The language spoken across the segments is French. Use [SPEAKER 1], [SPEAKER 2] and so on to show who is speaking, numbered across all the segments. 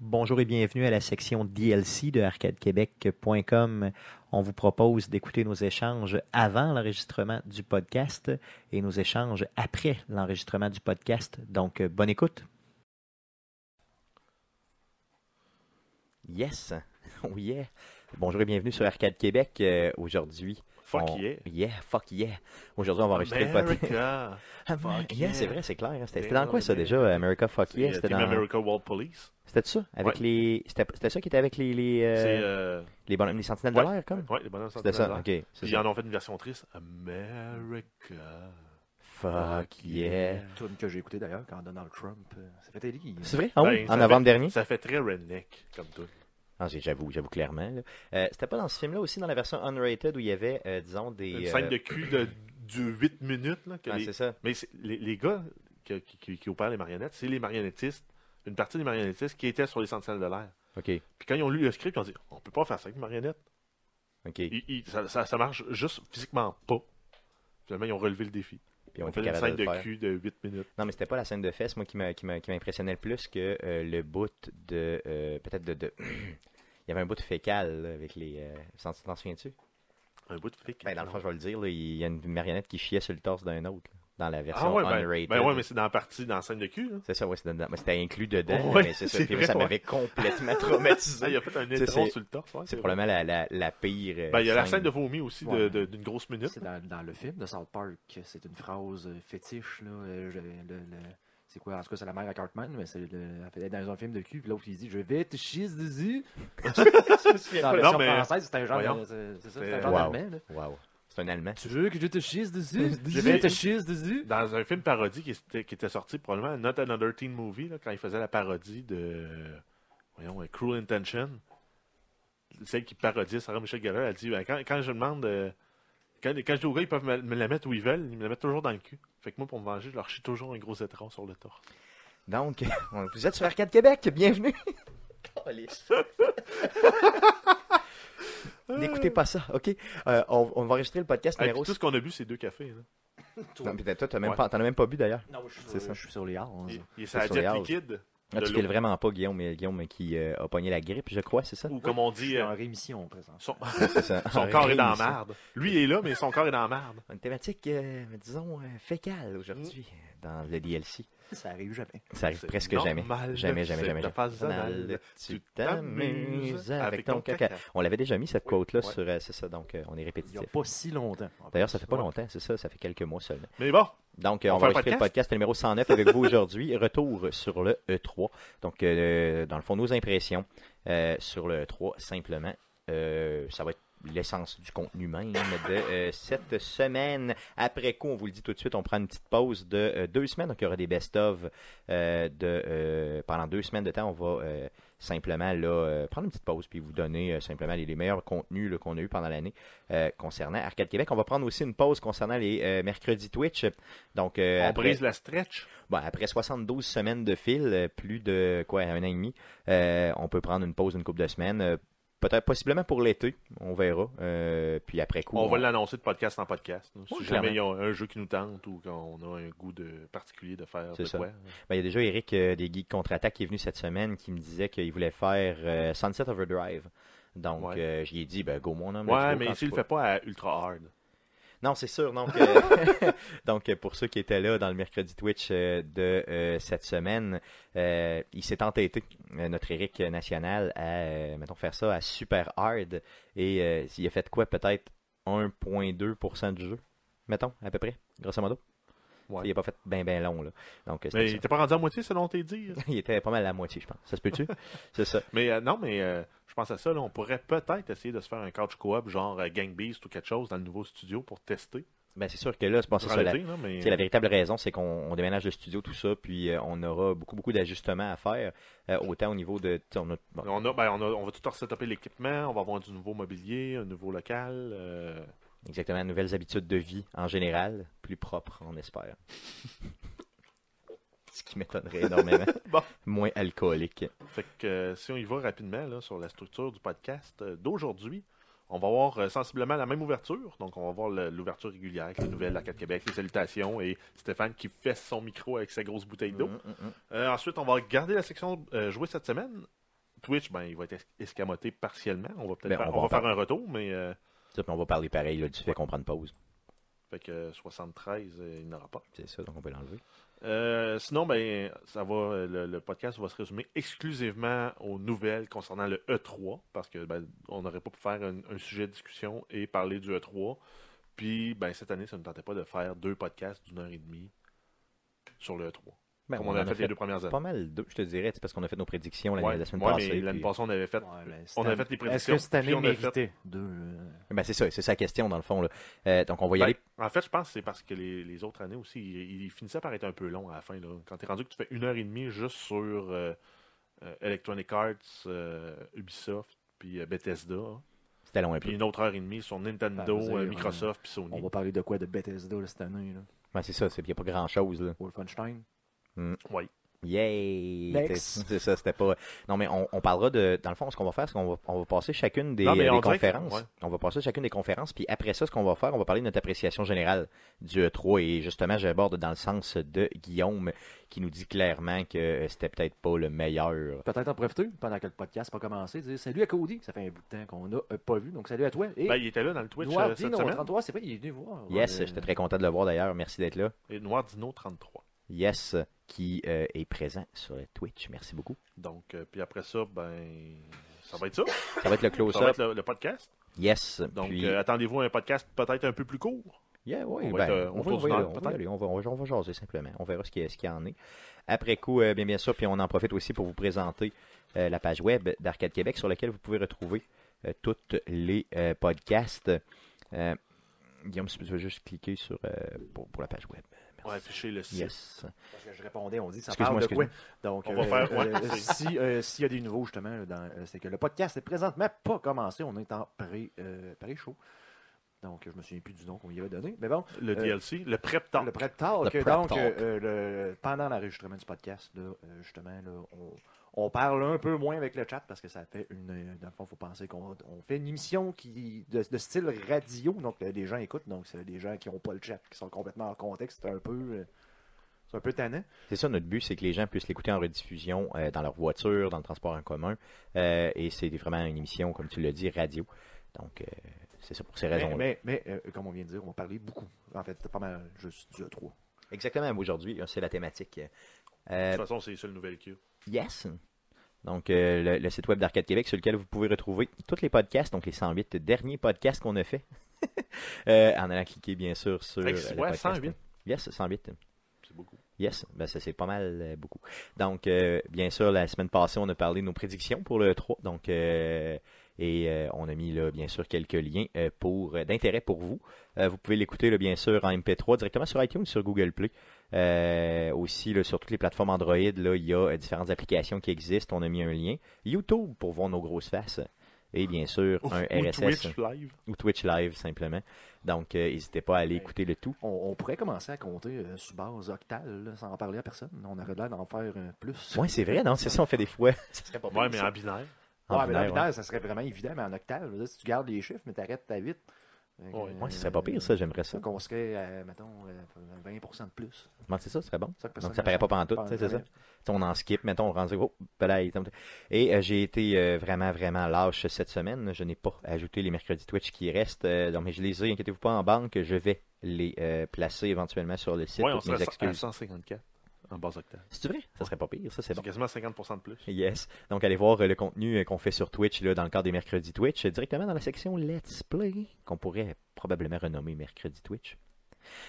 [SPEAKER 1] Bonjour et bienvenue à la section DLC de arcadequebec.com. On vous propose d'écouter nos échanges avant l'enregistrement du podcast et nos échanges après l'enregistrement du podcast. Donc, euh, bonne écoute. Yes. Oh yeah. Bonjour et bienvenue sur Arcade Québec. Euh, Aujourd'hui,
[SPEAKER 2] Fuck
[SPEAKER 1] on-
[SPEAKER 2] yeah.
[SPEAKER 1] Yeah, fuck yeah. Aujourd'hui, on va enregistrer le podcast.
[SPEAKER 2] America.
[SPEAKER 1] America,
[SPEAKER 2] yeah. Ben
[SPEAKER 1] c'est vrai, c'est clair. hein. C'était
[SPEAKER 2] Damn,
[SPEAKER 1] c'était dans quoi ça
[SPEAKER 2] man.
[SPEAKER 1] déjà, America Fuck
[SPEAKER 2] C'est,
[SPEAKER 1] Yeah?
[SPEAKER 2] euh,
[SPEAKER 1] C'était
[SPEAKER 2] Team
[SPEAKER 1] dans...
[SPEAKER 2] America World Police.
[SPEAKER 1] C'était ça? Avec
[SPEAKER 2] Ouais.
[SPEAKER 1] les... C'était c'était ça qui était avec les, les, euh,
[SPEAKER 2] C'est. Euh...
[SPEAKER 1] les, bonhommes- les sentinelles de
[SPEAKER 2] ouais.
[SPEAKER 1] l'air, comme?
[SPEAKER 2] Ouais, les bonhommes
[SPEAKER 1] C'était
[SPEAKER 2] sentinelles
[SPEAKER 1] ça,
[SPEAKER 2] d'air.
[SPEAKER 1] ok. c'est
[SPEAKER 2] Puis ils
[SPEAKER 1] ça.
[SPEAKER 2] en ont fait une version triste. America.
[SPEAKER 1] Fuck yeah.
[SPEAKER 3] Tune que j'ai écouté d'ailleurs quand Donald Trump euh, s'est fait élire.
[SPEAKER 1] C'est vrai? Ah oui,
[SPEAKER 2] Ben,
[SPEAKER 1] en
[SPEAKER 2] ça
[SPEAKER 1] novembre
[SPEAKER 2] fait-
[SPEAKER 1] dernier?
[SPEAKER 2] Ça fait très redneck comme tout.
[SPEAKER 1] Ah, j'ai- j'avoue, j'avoue clairement. là. Euh, C'était pas dans ce film-là aussi, dans la version unrated, où il y avait, euh, disons, des...
[SPEAKER 2] Une
[SPEAKER 1] euh,
[SPEAKER 2] scène de cul de, de 8 minutes. Là, que
[SPEAKER 1] ah,
[SPEAKER 2] les-
[SPEAKER 1] c'est ça.
[SPEAKER 2] Mais c'est- les, les gars que- qui, qui, qui opèrent les marionnettes, c'est les marionnettistes. Une partie des marionnettistes qui étaient sur les sentinelles de l'air.
[SPEAKER 1] OK,
[SPEAKER 2] Puis quand ils ont lu le script, ils ont dit on peut pas faire ça avec une marionnette.
[SPEAKER 1] OK. Puis
[SPEAKER 2] Ils- ils- ça, ça, ça marche juste physiquement pas. Finalement, ils ont relevé le défi.
[SPEAKER 1] on
[SPEAKER 2] On
[SPEAKER 1] était
[SPEAKER 2] fait une
[SPEAKER 1] capable
[SPEAKER 2] scène
[SPEAKER 1] de le
[SPEAKER 2] de
[SPEAKER 1] faire.
[SPEAKER 2] cul de 8 minutes.
[SPEAKER 1] Non, mais c'était pas la scène de fesses, moi, qui m'a- qui m'a- qui m'impressionnait le plus que euh, le bout de... euh, Peut-être de... de- Il y avait un bout de fécal là, avec les... euh, T'en t'en souviens-tu?
[SPEAKER 2] Un bout de flic.
[SPEAKER 1] Ben, dans le fond, je vais le dire, là, il y a une marionnette qui chiait sur le torse d'un autre, là, dans la version
[SPEAKER 2] ah ouais, ben,
[SPEAKER 1] unrated.
[SPEAKER 2] ben ouais, mais c'est dans la partie dans la scène de cul. là.
[SPEAKER 1] C'est ça, ouais, c'est dedans. Mais c'était inclus dedans,
[SPEAKER 2] Ouais,
[SPEAKER 1] mais c'est ça.
[SPEAKER 2] c'est
[SPEAKER 1] Puis moi,
[SPEAKER 2] vrai,
[SPEAKER 1] ça
[SPEAKER 2] ouais.
[SPEAKER 1] m'avait complètement
[SPEAKER 2] Ah, il
[SPEAKER 1] traumatisé.
[SPEAKER 2] a fait un
[SPEAKER 1] C'est-
[SPEAKER 2] étron
[SPEAKER 1] c'est-
[SPEAKER 2] sur le torse. ouais,
[SPEAKER 1] c'est
[SPEAKER 2] vrai.
[SPEAKER 1] probablement la, la, la pire. euh,
[SPEAKER 2] Ben, il y a la scène de vomi aussi de-
[SPEAKER 3] Ouais.
[SPEAKER 2] de- d'une grosse minute.
[SPEAKER 3] C'est dans, dans le film de South Park. C'est une phrase euh, fétiche. Là, euh, je- le- le- c'est quoi En tout cas, c'est la mère à Cartman, mais c'est le, elle fait- dans un film de cul. Puis l'autre, il dit Je vais te chier dessus. Dans la
[SPEAKER 2] pas.
[SPEAKER 3] version
[SPEAKER 2] Non, mais-
[SPEAKER 3] française, c'est un genre,
[SPEAKER 2] Voyons.
[SPEAKER 3] de- c'est, c'est ça,
[SPEAKER 2] C'est-
[SPEAKER 3] c'est un genre
[SPEAKER 1] Wow.
[SPEAKER 3] d'allemand. là.
[SPEAKER 1] Wow. C'est un Allemand.
[SPEAKER 3] Tu veux que je te chie dessus Je
[SPEAKER 2] Dis-
[SPEAKER 3] vais te chier dessus.
[SPEAKER 2] Dans un film parodie qui était, qui était sorti probablement, Not Another Teen Movie, là, quand il faisait la parodie de. Voyons, euh, Cruel Intention. Celle qui parodie Sarah Michelle Gellar, elle dit ben, quand, quand je demande. euh, quand, quand je dis aux gars, ils peuvent me, me la mettre où ils veulent, ils me la mettent toujours dans le cul. Fait que moi, pour me venger, je leur chie toujours un gros étron sur le torse.
[SPEAKER 1] Donc, on- vous êtes sur Arcade Québec, bienvenue. Câlisse. N'écoutez pas ça, ok? Euh, on, on va enregistrer le podcast
[SPEAKER 2] Ah, puis
[SPEAKER 1] numéro.
[SPEAKER 2] tout ce qu'on a bu, c'est deux cafés. là.
[SPEAKER 1] Non, puis toi, t'as même pas- t'en as même pas bu d'ailleurs.
[SPEAKER 3] Non, je suis,
[SPEAKER 1] C'est ça.
[SPEAKER 3] je suis sur les arts. hein.
[SPEAKER 2] Il, il
[SPEAKER 1] C'est
[SPEAKER 2] est sur la
[SPEAKER 1] sur les
[SPEAKER 2] diète
[SPEAKER 1] Halles.
[SPEAKER 2] liquide.
[SPEAKER 1] Ah,
[SPEAKER 2] De
[SPEAKER 1] tu
[SPEAKER 2] l'eau.
[SPEAKER 1] files vraiment pas Guillaume, mais Guillaume qui euh, a pogné la grippe, je crois, c'est ça?
[SPEAKER 2] Ou comme on dit,
[SPEAKER 3] Je suis
[SPEAKER 2] euh,
[SPEAKER 3] en rémission présent.
[SPEAKER 2] son,
[SPEAKER 1] C'est ça.
[SPEAKER 2] son corps est dans la
[SPEAKER 1] Rémi, ça.
[SPEAKER 2] merde. Lui est là, mais son corps est dans la merde.
[SPEAKER 1] Une thématique, euh, disons, euh, fécale aujourd'hui euh, dans le DLC.
[SPEAKER 3] Ça arrive jamais.
[SPEAKER 1] Ça arrive
[SPEAKER 2] C'est
[SPEAKER 1] Ben, presque jamais.
[SPEAKER 2] normal,
[SPEAKER 1] Jamais, jamais,
[SPEAKER 2] c'est
[SPEAKER 1] jamais.
[SPEAKER 2] la phase
[SPEAKER 1] jamais.
[SPEAKER 2] anale.
[SPEAKER 1] Anal, Tu t'amuses avec ton caca.
[SPEAKER 2] caca.
[SPEAKER 1] On l'avait déjà mis cette quote-là
[SPEAKER 2] ouais.
[SPEAKER 1] sur. euh, c'est ça, donc euh, on est
[SPEAKER 3] Il n'y a
[SPEAKER 1] répétitif.
[SPEAKER 3] pas si longtemps.
[SPEAKER 1] D'ailleurs, ça fait pas
[SPEAKER 2] Ouais.
[SPEAKER 1] longtemps, c'est ça, ça fait quelques mois seulement.
[SPEAKER 2] Mais bon,
[SPEAKER 1] Donc, euh, on,
[SPEAKER 2] On
[SPEAKER 1] va
[SPEAKER 2] fait un
[SPEAKER 1] enregistrer le podcast numéro 109 avec vous aujourd'hui. Retour sur le E3. Donc, euh, dans le fond, nos impressions euh, sur le E3, simplement. Euh, ça va être l'essence du contenu même de euh, cette semaine. Après coup, on vous le dit tout de suite, on prend une petite pause de euh, deux semaines. Donc, il y aura des best-of euh, de, euh, pendant deux semaines de temps. On va euh, simplement là, euh, prendre une petite pause puis vous donner euh, simplement les, les meilleurs contenus là, qu'on a eu pendant l'année euh, concernant Arcade Québec. On va prendre aussi une pause concernant les euh, mercredis Twitch. Donc, euh,
[SPEAKER 2] on
[SPEAKER 1] après-
[SPEAKER 2] brise la stretch.
[SPEAKER 1] Bon, après 72 semaines de fil, euh, plus de quoi, un an et demi, euh, on peut prendre une pause d'une couple de semaines. euh, Peut-être possiblement pour l'été, on verra. euh, puis après coup.
[SPEAKER 2] On va
[SPEAKER 1] on-
[SPEAKER 2] l'annoncer de podcast en podcast. nous, si
[SPEAKER 1] Ouais,
[SPEAKER 2] jamais il y a un jeu qui nous tente ou qu'on a un goût de particulier de faire
[SPEAKER 1] C'est
[SPEAKER 2] de
[SPEAKER 1] ça.
[SPEAKER 2] quoi.
[SPEAKER 1] Ben, il y a déjà Eric euh, des Geeks Contre-Attaque qui est venu cette semaine qui me disait qu'il voulait faire euh, Sunset Overdrive. Donc,
[SPEAKER 2] Ouais.
[SPEAKER 1] euh, j'y ai dit, ben, go mon homme. let's
[SPEAKER 2] Ouais,
[SPEAKER 1] go,
[SPEAKER 2] mais
[SPEAKER 1] quand
[SPEAKER 2] s'il
[SPEAKER 1] tu
[SPEAKER 2] le
[SPEAKER 1] peux.
[SPEAKER 2] fait pas à ultra hard.
[SPEAKER 1] Non, c'est sûr. Donc, euh, donc, euh, pour ceux qui étaient là dans le mercredi Twitch euh, de euh, cette semaine, euh, il s'est entêté, euh, notre Eric National, à, euh, mettons, faire ça à super hard. Et euh, il a fait quoi Peut-être 1,2% du jeu, mettons, à peu près, grosso modo.
[SPEAKER 2] Ouais.
[SPEAKER 1] Il n'a pas fait ben ben long. Là. Donc, euh, c'était
[SPEAKER 2] Mais
[SPEAKER 1] ça.
[SPEAKER 2] il était pas rendu à moitié selon tes dires.
[SPEAKER 1] il était pas mal à la moitié, je pense. Ça se peut-tu C'est ça.
[SPEAKER 2] Mais euh, non, mais euh, je pense à ça. là, on pourrait peut-être essayer de se faire un couch co-op genre euh, Gang Beast ou quelque chose dans le nouveau studio pour tester.
[SPEAKER 1] Ben, c'est sûr que là, c'est pas ça.
[SPEAKER 2] durant
[SPEAKER 1] la-
[SPEAKER 2] l'été, là, mais-
[SPEAKER 1] Tu sais, la véritable raison, c'est qu'on on déménage le studio, tout ça, puis euh, on aura beaucoup, beaucoup d'ajustements à faire, euh, autant au niveau de... tu sais, On a- bon,
[SPEAKER 2] On, a- ben, on, a- on va tout resetaper l'équipement, on va avoir du nouveau mobilier, un nouveau local. euh,
[SPEAKER 1] exactement, nouvelles habitudes de vie en général, plus propres, on espère. Ce qui m'étonnerait énormément.
[SPEAKER 2] Bon.
[SPEAKER 1] Moins alcoolique.
[SPEAKER 2] Fait que euh, si on y va rapidement là, sur la structure du podcast euh, d'aujourd'hui, on va avoir euh, sensiblement la même ouverture. Donc, on va voir le- l'ouverture régulière avec les nouvelles d'Arcade Québec, les salutations et Stéphane qui fesse son micro avec sa grosse bouteille d'eau.
[SPEAKER 1] Mm, mm, mm.
[SPEAKER 2] Euh, ensuite, on va regarder la section euh, jouer cette semaine. Twitch, ben, il va être es- escamoté partiellement. On va
[SPEAKER 1] Ben,
[SPEAKER 2] peut-être faire,
[SPEAKER 1] on va
[SPEAKER 2] on va
[SPEAKER 1] en
[SPEAKER 2] faire
[SPEAKER 1] parler.
[SPEAKER 2] un retour, mais euh,
[SPEAKER 1] Ça, puis on va parler pareil là, du fait qu'on prend une pause.
[SPEAKER 2] fait que 73, euh, il n'aura pas.
[SPEAKER 1] C'est ça, donc on peut l'enlever.
[SPEAKER 2] Euh, sinon, ben, ça va, le, le podcast va se résumer exclusivement aux nouvelles concernant le E3, parce que ben, on n'aurait pas pu faire un, un sujet de discussion et parler du E3. Puis, ben, cette année, ça ne tentait pas de faire deux podcasts d'une heure et demie sur le E3,
[SPEAKER 1] Ben,
[SPEAKER 2] comme
[SPEAKER 1] on
[SPEAKER 2] on,
[SPEAKER 1] en
[SPEAKER 2] a
[SPEAKER 1] a
[SPEAKER 2] fait, les
[SPEAKER 1] fait
[SPEAKER 2] deux premières années.
[SPEAKER 1] Pas mal deux, je te dirais, tu sais, parce qu'on a fait nos prédictions la,
[SPEAKER 2] Ouais,
[SPEAKER 1] la semaine
[SPEAKER 2] ouais, mais
[SPEAKER 1] passée.
[SPEAKER 2] l'année
[SPEAKER 1] puis-
[SPEAKER 2] passée, on avait fait. on a fait les
[SPEAKER 3] Est-ce
[SPEAKER 2] prédictions.
[SPEAKER 3] que cette année
[SPEAKER 2] puis on a fait-
[SPEAKER 3] méritait deux euh,
[SPEAKER 1] Ben, c'est ça, c'est sa question dans le fond. là. Euh, donc on va y
[SPEAKER 2] Ben,
[SPEAKER 1] aller.
[SPEAKER 2] En fait, je pense que c'est parce que les, les autres années aussi, ils, ils finissaient par être un peu longs à la fin. Là. Quand t'es rendu que tu fais une heure et demie juste sur euh, euh, Electronic Arts, euh, Ubisoft, puis euh, Bethesda,
[SPEAKER 1] C'était long un peu.
[SPEAKER 2] puis une autre heure et demie sur Nintendo,
[SPEAKER 3] Ah, vous
[SPEAKER 2] euh,
[SPEAKER 3] avez-
[SPEAKER 2] Microsoft, puis Sony.
[SPEAKER 3] On va parler de quoi de Bethesda là, cette année là?
[SPEAKER 1] Ben, c'est ça, il n'y a pas grand chose. Là.
[SPEAKER 3] Wolfenstein
[SPEAKER 2] Ouais.
[SPEAKER 1] Yay!
[SPEAKER 3] Next.
[SPEAKER 1] C'est c'est ça, c'était pas. Non, mais on, on parlera de. Dans le fond, ce qu'on va faire, c'est qu'on va, on va passer chacune des,
[SPEAKER 2] Non, mais
[SPEAKER 1] euh,
[SPEAKER 2] on
[SPEAKER 1] des
[SPEAKER 2] dirait que-
[SPEAKER 1] conférences.
[SPEAKER 2] ouais.
[SPEAKER 1] On va passer chacune des conférences, puis après ça, ce qu'on va faire, on va parler de notre appréciation générale du E3. Et justement, j'aborde dans le sens de Guillaume qui nous dit clairement que euh, c'était peut-être pas le meilleur.
[SPEAKER 3] Peut-être en profiter pendant que le podcast n'a pas commencé, dire salut à Cody, ça fait un bout de temps qu'on n'a euh, pas vu, donc salut à toi. Et
[SPEAKER 2] Ben, il était là dans le Twitch
[SPEAKER 3] Noir
[SPEAKER 2] euh, cette
[SPEAKER 3] Dino
[SPEAKER 2] semaine.
[SPEAKER 3] 33, c'est vrai, il est venu voir.
[SPEAKER 1] Yes,
[SPEAKER 3] Euh,
[SPEAKER 1] j'étais très content de le voir d'ailleurs. Merci d'être là.
[SPEAKER 2] Et Noir Dino 33.
[SPEAKER 1] Yes, qui euh, est présent sur le Twitch. Merci beaucoup.
[SPEAKER 2] Donc, euh, puis après ça, ben. Ça va être ça.
[SPEAKER 1] Ça va être le
[SPEAKER 2] Ça va
[SPEAKER 1] close-up.
[SPEAKER 2] être le, le podcast.
[SPEAKER 1] Yes.
[SPEAKER 2] Donc,
[SPEAKER 1] puis...
[SPEAKER 2] euh, attendez-vous à un podcast peut-être un peu plus court.
[SPEAKER 1] Yeah, ouais,
[SPEAKER 2] On va
[SPEAKER 1] ben,
[SPEAKER 2] être, euh,
[SPEAKER 1] on, va,
[SPEAKER 2] autour
[SPEAKER 1] on va y
[SPEAKER 2] d'une
[SPEAKER 1] aller,
[SPEAKER 2] heure,
[SPEAKER 1] on va y
[SPEAKER 2] peut-être.
[SPEAKER 1] aller, on va- on va- on va jaser simplement. On verra ce qu'il y, a- ce qu'il y en est. Après coup, euh, bien, bien sûr, puis on en profite aussi pour vous présenter euh, la page web d'Arcade Québec sur laquelle vous pouvez retrouver euh, toutes les euh, podcasts. Euh, Guillaume, si tu veux juste cliquer sur euh, pour, pour la page web.
[SPEAKER 2] On va afficher le site.
[SPEAKER 1] Yes.
[SPEAKER 3] parce que Je répondais, on dit ça
[SPEAKER 1] Excuse-moi,
[SPEAKER 3] parle de quoi.
[SPEAKER 1] excuse-moi.
[SPEAKER 3] Donc,
[SPEAKER 2] On va faire- ouais,
[SPEAKER 3] euh, si, euh, s'il y a des nouveaux, justement, là, dans, euh, c'est que le podcast n'est présentement pas commencé. On est en pré, euh, pré-show. Donc, je me souviens plus du nom qu'on y avait donné. Mais bon,
[SPEAKER 2] Le
[SPEAKER 3] Euh,
[SPEAKER 2] DLC, le prep temps.
[SPEAKER 3] Le prep talk.
[SPEAKER 1] Le prep
[SPEAKER 3] donc,
[SPEAKER 1] talk.
[SPEAKER 3] euh, euh, le- pendant l'enregistrement du podcast, là, euh, justement, là, on, on parle un peu moins avec le chat parce que ça fait une. euh, Dans le fond, faut penser qu'on on fait une émission qui de, de style radio. Donc, euh, les gens écoutent. Donc, c'est des gens qui n'ont pas le chat, qui sont complètement en contexte. C'est un peu. euh, c'est un peu tannant.
[SPEAKER 1] C'est ça notre but, c'est que les gens puissent l'écouter en rediffusion euh, dans leur voiture, dans le transport en commun. Euh, et c'est vraiment une émission, comme tu l'as dit, radio. Donc, euh, c'est ça pour ces raisons-là.
[SPEAKER 3] Mais, mais, mais, euh, comme on vient de dire, on va parler beaucoup. En fait, c'est pas mal juste du E E3.
[SPEAKER 1] Exactement, aujourd'hui, euh, c'est la thématique.
[SPEAKER 2] De
[SPEAKER 1] Euh,
[SPEAKER 2] toute façon, c'est les seules nouvelles qu'il y a.
[SPEAKER 1] Yes. Donc, euh, le, le site web d'Arcade Québec sur lequel vous pouvez retrouver tous les podcasts, donc les 108 derniers podcasts qu'on a fait. Euh, en allant cliquer, bien sûr, sur.
[SPEAKER 2] Hey, c'est-
[SPEAKER 1] euh, le
[SPEAKER 2] ouais,
[SPEAKER 1] podcast.
[SPEAKER 2] 108.
[SPEAKER 1] Yes, 108.
[SPEAKER 2] C'est beaucoup.
[SPEAKER 1] Yes, ben ça c'est pas mal euh, beaucoup. Donc, euh, bien sûr, la semaine passée, on a parlé de nos prédictions pour le 3. Donc, euh, et euh, on a mis là, bien sûr, quelques liens euh, pour euh, d'intérêt pour vous. Euh, vous pouvez l'écouter, là, bien sûr, en MP3 directement sur iTunes, sur Google Play. Euh, aussi, là, sur toutes les plateformes Android, là, il y a euh, différentes applications qui existent. On a mis un lien. YouTube pour voir nos grosses faces. Et bien sûr,
[SPEAKER 2] Ou-
[SPEAKER 1] un
[SPEAKER 2] ou
[SPEAKER 1] RSS
[SPEAKER 2] Twitch live.
[SPEAKER 1] ou Twitch Live simplement. Donc, euh, n'hésitez pas à aller écouter le tout.
[SPEAKER 3] On, on pourrait commencer à compter euh, sous base octale, là, sans en parler à personne. On aurait l'air d'en faire euh, plus.
[SPEAKER 1] Ouais, c'est vrai, non? C'est ça, on fait des fois. ça serait pas
[SPEAKER 2] Ouais,
[SPEAKER 1] pire,
[SPEAKER 2] mais
[SPEAKER 1] ça.
[SPEAKER 2] en binaire.
[SPEAKER 1] En
[SPEAKER 2] ben
[SPEAKER 3] ouais, mais
[SPEAKER 1] binaire,
[SPEAKER 3] en binaire, ça serait vraiment évident, mais en octave, je veux dire, si tu gardes les chiffres, mais t'arrêtes ta 8.
[SPEAKER 2] Ouais.
[SPEAKER 1] Ouais, ce serait pas pire, ça, j'aimerais ça.
[SPEAKER 3] Qu'on serait, à, mettons, euh, 20% de plus.
[SPEAKER 1] Comment c'est ça, ce serait bon.
[SPEAKER 3] Ça que personne
[SPEAKER 1] Donc, ça paraît pas pantoute,
[SPEAKER 3] pense
[SPEAKER 1] tu sais, c'est ça.
[SPEAKER 3] jamais.
[SPEAKER 1] Tu sais, On en skip, mettons, on rend oh, balaye, comme ça. Et euh, j'ai été euh, vraiment, vraiment lâche cette semaine. Je n'ai pas ajouté les mercredis Twitch qui restent. euh, donc, mais je les ai, inquiétez-vous pas, en banque. Je vais les euh, placer éventuellement sur le site.
[SPEAKER 2] Ouais, on
[SPEAKER 1] toutes mes
[SPEAKER 2] serait à
[SPEAKER 1] excuses.
[SPEAKER 2] 154 en bas octave.
[SPEAKER 1] Ah, C'est vrai? Ça serait pas pire, ça, c'est
[SPEAKER 2] C'est
[SPEAKER 1] bon.
[SPEAKER 2] quasiment 50% de plus.
[SPEAKER 1] Yes. Donc, allez voir euh, le contenu euh, qu'on fait sur Twitch là, dans le cadre des mercredis Twitch, euh, directement dans la section Let's Play, qu'on pourrait probablement renommer mercredi Twitch.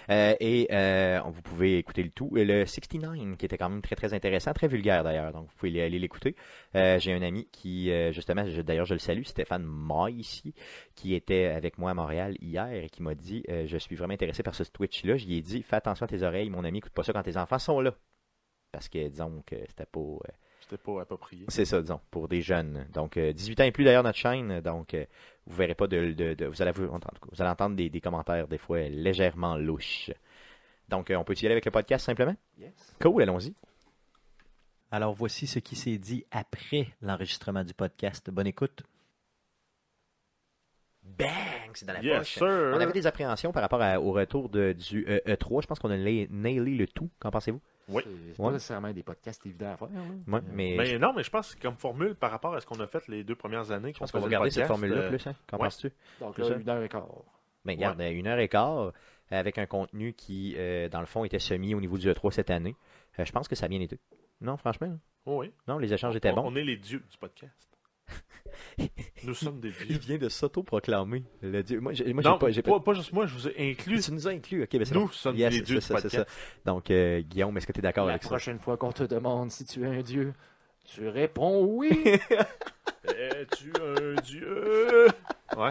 [SPEAKER 1] Euh, et euh, vous pouvez écouter le tout. Et le 69, qui était quand même très très intéressant, très vulgaire d'ailleurs, donc vous pouvez aller l'écouter. Euh, J'ai un ami qui, euh, justement, je- d'ailleurs je le salue, Stéphane May ici, qui était avec moi à Montréal hier et qui m'a dit euh, Je suis vraiment intéressé par ce Twitch-là. J'y ai dit Fais attention à tes oreilles, mon ami, écoute pas ça quand tes enfants sont là. Parce que disons que c'était pas. euh,
[SPEAKER 2] C'était pas approprié.
[SPEAKER 1] c'est ça, disons, pour des jeunes. Donc, euh, 18 ans et plus d'ailleurs notre chaîne, donc euh, vous verrez pas de, de- de- vous allez vous entendre, vous allez entendre des, des commentaires des fois légèrement louches. Donc, euh, on peut y aller avec le podcast simplement.
[SPEAKER 3] Yes.
[SPEAKER 1] Cool, allons-y. Alors, voici ce qui s'est dit après l'enregistrement du podcast. Bonne écoute. bang, c'est dans la
[SPEAKER 2] Yes,
[SPEAKER 1] poche.
[SPEAKER 2] sir.
[SPEAKER 1] Ben, On avait des appréhensions par rapport à- au retour de, du euh, E3. Je pense qu'on a nailé nailé le tout. Qu'en pensez-vous?
[SPEAKER 2] Oui.
[SPEAKER 3] C'est c'est
[SPEAKER 1] Ouais.
[SPEAKER 3] pas nécessairement des podcasts évidents à faire. là.
[SPEAKER 1] Ouais,
[SPEAKER 3] Euh,
[SPEAKER 1] mais
[SPEAKER 2] Mais Ben, non, mais je pense que comme formule par rapport à ce qu'on a fait les deux premières années,
[SPEAKER 1] je pense qu'on va garder cette formule-là
[SPEAKER 2] euh,
[SPEAKER 1] plus. Hein? Qu'en
[SPEAKER 2] ouais.
[SPEAKER 1] penses-tu?
[SPEAKER 3] Donc
[SPEAKER 1] c'est
[SPEAKER 3] là,
[SPEAKER 1] ça.
[SPEAKER 3] une heure et quart.
[SPEAKER 1] Ben, regarde, euh, une heure et quart, euh, avec un contenu qui, euh, dans le fond, était semi au niveau du E3 cette année. Euh, je pense que ça a bien été. Non, franchement.
[SPEAKER 2] Oh oui.
[SPEAKER 1] Non, les échanges étaient
[SPEAKER 2] on,
[SPEAKER 1] bons.
[SPEAKER 2] on est les dieux du podcast. Nous sommes des
[SPEAKER 1] Il
[SPEAKER 2] dieux.
[SPEAKER 1] vient de s'auto-proclamer le dieu. Moi, j'ai moi, j'ai
[SPEAKER 2] non,
[SPEAKER 1] pas, j'ai pas-
[SPEAKER 2] pas, pas juste moi, je vous ai inclus.
[SPEAKER 1] Tu nous as inclus. Ok, ben, c'est
[SPEAKER 2] Nous
[SPEAKER 1] bon.
[SPEAKER 2] sommes
[SPEAKER 1] Yes,
[SPEAKER 2] les
[SPEAKER 1] c'est
[SPEAKER 2] dieux du
[SPEAKER 1] ça, c'est ça.
[SPEAKER 2] podcast.
[SPEAKER 1] Donc, euh, Guillaume, est-ce que tu es d'accord
[SPEAKER 3] La
[SPEAKER 1] avec ça?
[SPEAKER 3] prochaine fois qu'on te demande si tu es un dieu, tu réponds oui.
[SPEAKER 2] Es-tu un dieu? Ouais.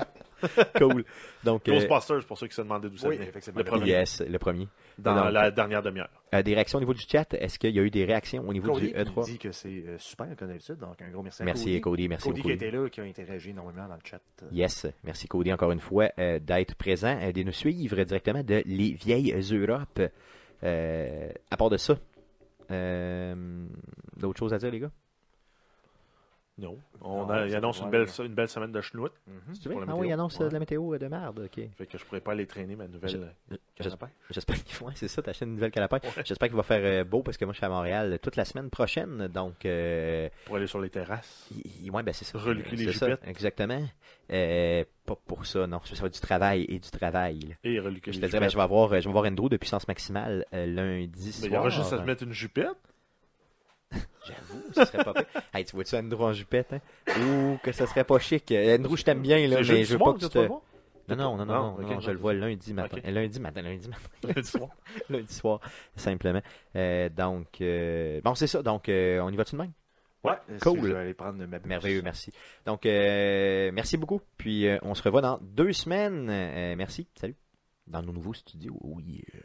[SPEAKER 1] Cool. Donc, euh,
[SPEAKER 2] Ghostbusters, pour ceux qui se demandaient d'où ça
[SPEAKER 3] Oui,
[SPEAKER 2] venait.
[SPEAKER 3] effectivement.
[SPEAKER 2] Le premier.
[SPEAKER 1] yes, le premier.
[SPEAKER 2] Dans
[SPEAKER 1] Donc,
[SPEAKER 2] la dernière demi-heure.
[SPEAKER 1] euh, des réactions au niveau du chat. Est-ce qu'il y a eu des réactions au niveau
[SPEAKER 3] Cody
[SPEAKER 1] du
[SPEAKER 3] qui nous
[SPEAKER 1] E3?
[SPEAKER 3] dit que c'est euh, super comme d'habitude, donc un gros merci à
[SPEAKER 1] Merci,
[SPEAKER 3] Cody.
[SPEAKER 1] Cody. Merci
[SPEAKER 3] Cody
[SPEAKER 1] beaucoup.
[SPEAKER 3] qui était là, qui a interagi énormément dans le chat. Euh,
[SPEAKER 1] Yes, merci Cody encore une fois euh, d'être présent et de nous suivre directement de Les Vieilles Europes. Euh, à part de ça, euh, d'autres choses à dire les gars?
[SPEAKER 2] Non. On
[SPEAKER 3] Non,
[SPEAKER 2] a- il
[SPEAKER 3] c'est
[SPEAKER 2] annonce
[SPEAKER 3] pas
[SPEAKER 2] une
[SPEAKER 3] mal,
[SPEAKER 2] belle, une belle semaine de chenoute.
[SPEAKER 3] Mhm.
[SPEAKER 2] Pour la
[SPEAKER 1] Ah
[SPEAKER 2] météo?
[SPEAKER 1] oui, il annonce euh,
[SPEAKER 2] Ouais.
[SPEAKER 1] de la météo euh, de merde, ok.
[SPEAKER 2] Fait que je pourrais pas aller traîner ma nouvelle. euh,
[SPEAKER 1] Je-
[SPEAKER 2] canne à pain.
[SPEAKER 1] J'espère qu'il faut, ouais, c'est ça, ta chaîne nouvelle canapé. J'espère qu'il va faire euh, beau parce que moi je suis à Montréal toute la semaine prochaine, donc euh,
[SPEAKER 2] Pour aller sur les terrasses.
[SPEAKER 1] y- y- ouais ben c'est ça.
[SPEAKER 2] Reluquer les
[SPEAKER 1] C'est ça,
[SPEAKER 2] jupettes.
[SPEAKER 1] Exactement. Euh, pas pour ça, non. Ça va être du travail et du travail. là.
[SPEAKER 2] Et reluquer
[SPEAKER 1] Je te
[SPEAKER 2] les
[SPEAKER 1] dirais, ben, je
[SPEAKER 2] jupettes.
[SPEAKER 1] vais avoir, euh, je vais voir Andrew de puissance maximale euh, lundi
[SPEAKER 2] Mais
[SPEAKER 1] soir.
[SPEAKER 2] il y aura juste
[SPEAKER 1] hein.
[SPEAKER 2] à se mettre une jupette.
[SPEAKER 1] J'avoue, ce serait pas pire. Hey, tu vois-tu Andrew en jupette, hein? Ouh, que ça serait pas chic. Euh, Andrew, je t'aime bien, là,
[SPEAKER 2] C'est
[SPEAKER 1] mais
[SPEAKER 2] jeudi
[SPEAKER 1] je veux
[SPEAKER 2] soir
[SPEAKER 1] pas que
[SPEAKER 2] que
[SPEAKER 1] tu
[SPEAKER 2] tu vas
[SPEAKER 1] te...
[SPEAKER 2] le voir?
[SPEAKER 1] Non, non, non, non,
[SPEAKER 2] Ah,
[SPEAKER 1] non,
[SPEAKER 2] ok,
[SPEAKER 1] non,
[SPEAKER 2] non,
[SPEAKER 1] je le vois lundi matin.
[SPEAKER 2] Ok.
[SPEAKER 1] Euh, Lundi matin, lundi matin,
[SPEAKER 2] Jeudi soir.
[SPEAKER 1] lundi soir, simplement. Euh, donc, euh, bon, c'est ça. Donc, euh, on y va tout de même?
[SPEAKER 3] Ouais, euh,
[SPEAKER 1] Cool.
[SPEAKER 3] si Je vais aller prendre ma bus.
[SPEAKER 1] Merveilleux, merci. Donc, euh, merci beaucoup. Puis, euh, on se revoit dans deux semaines. Euh, merci, salut. Dans nos nouveaux studios. Oui. euh.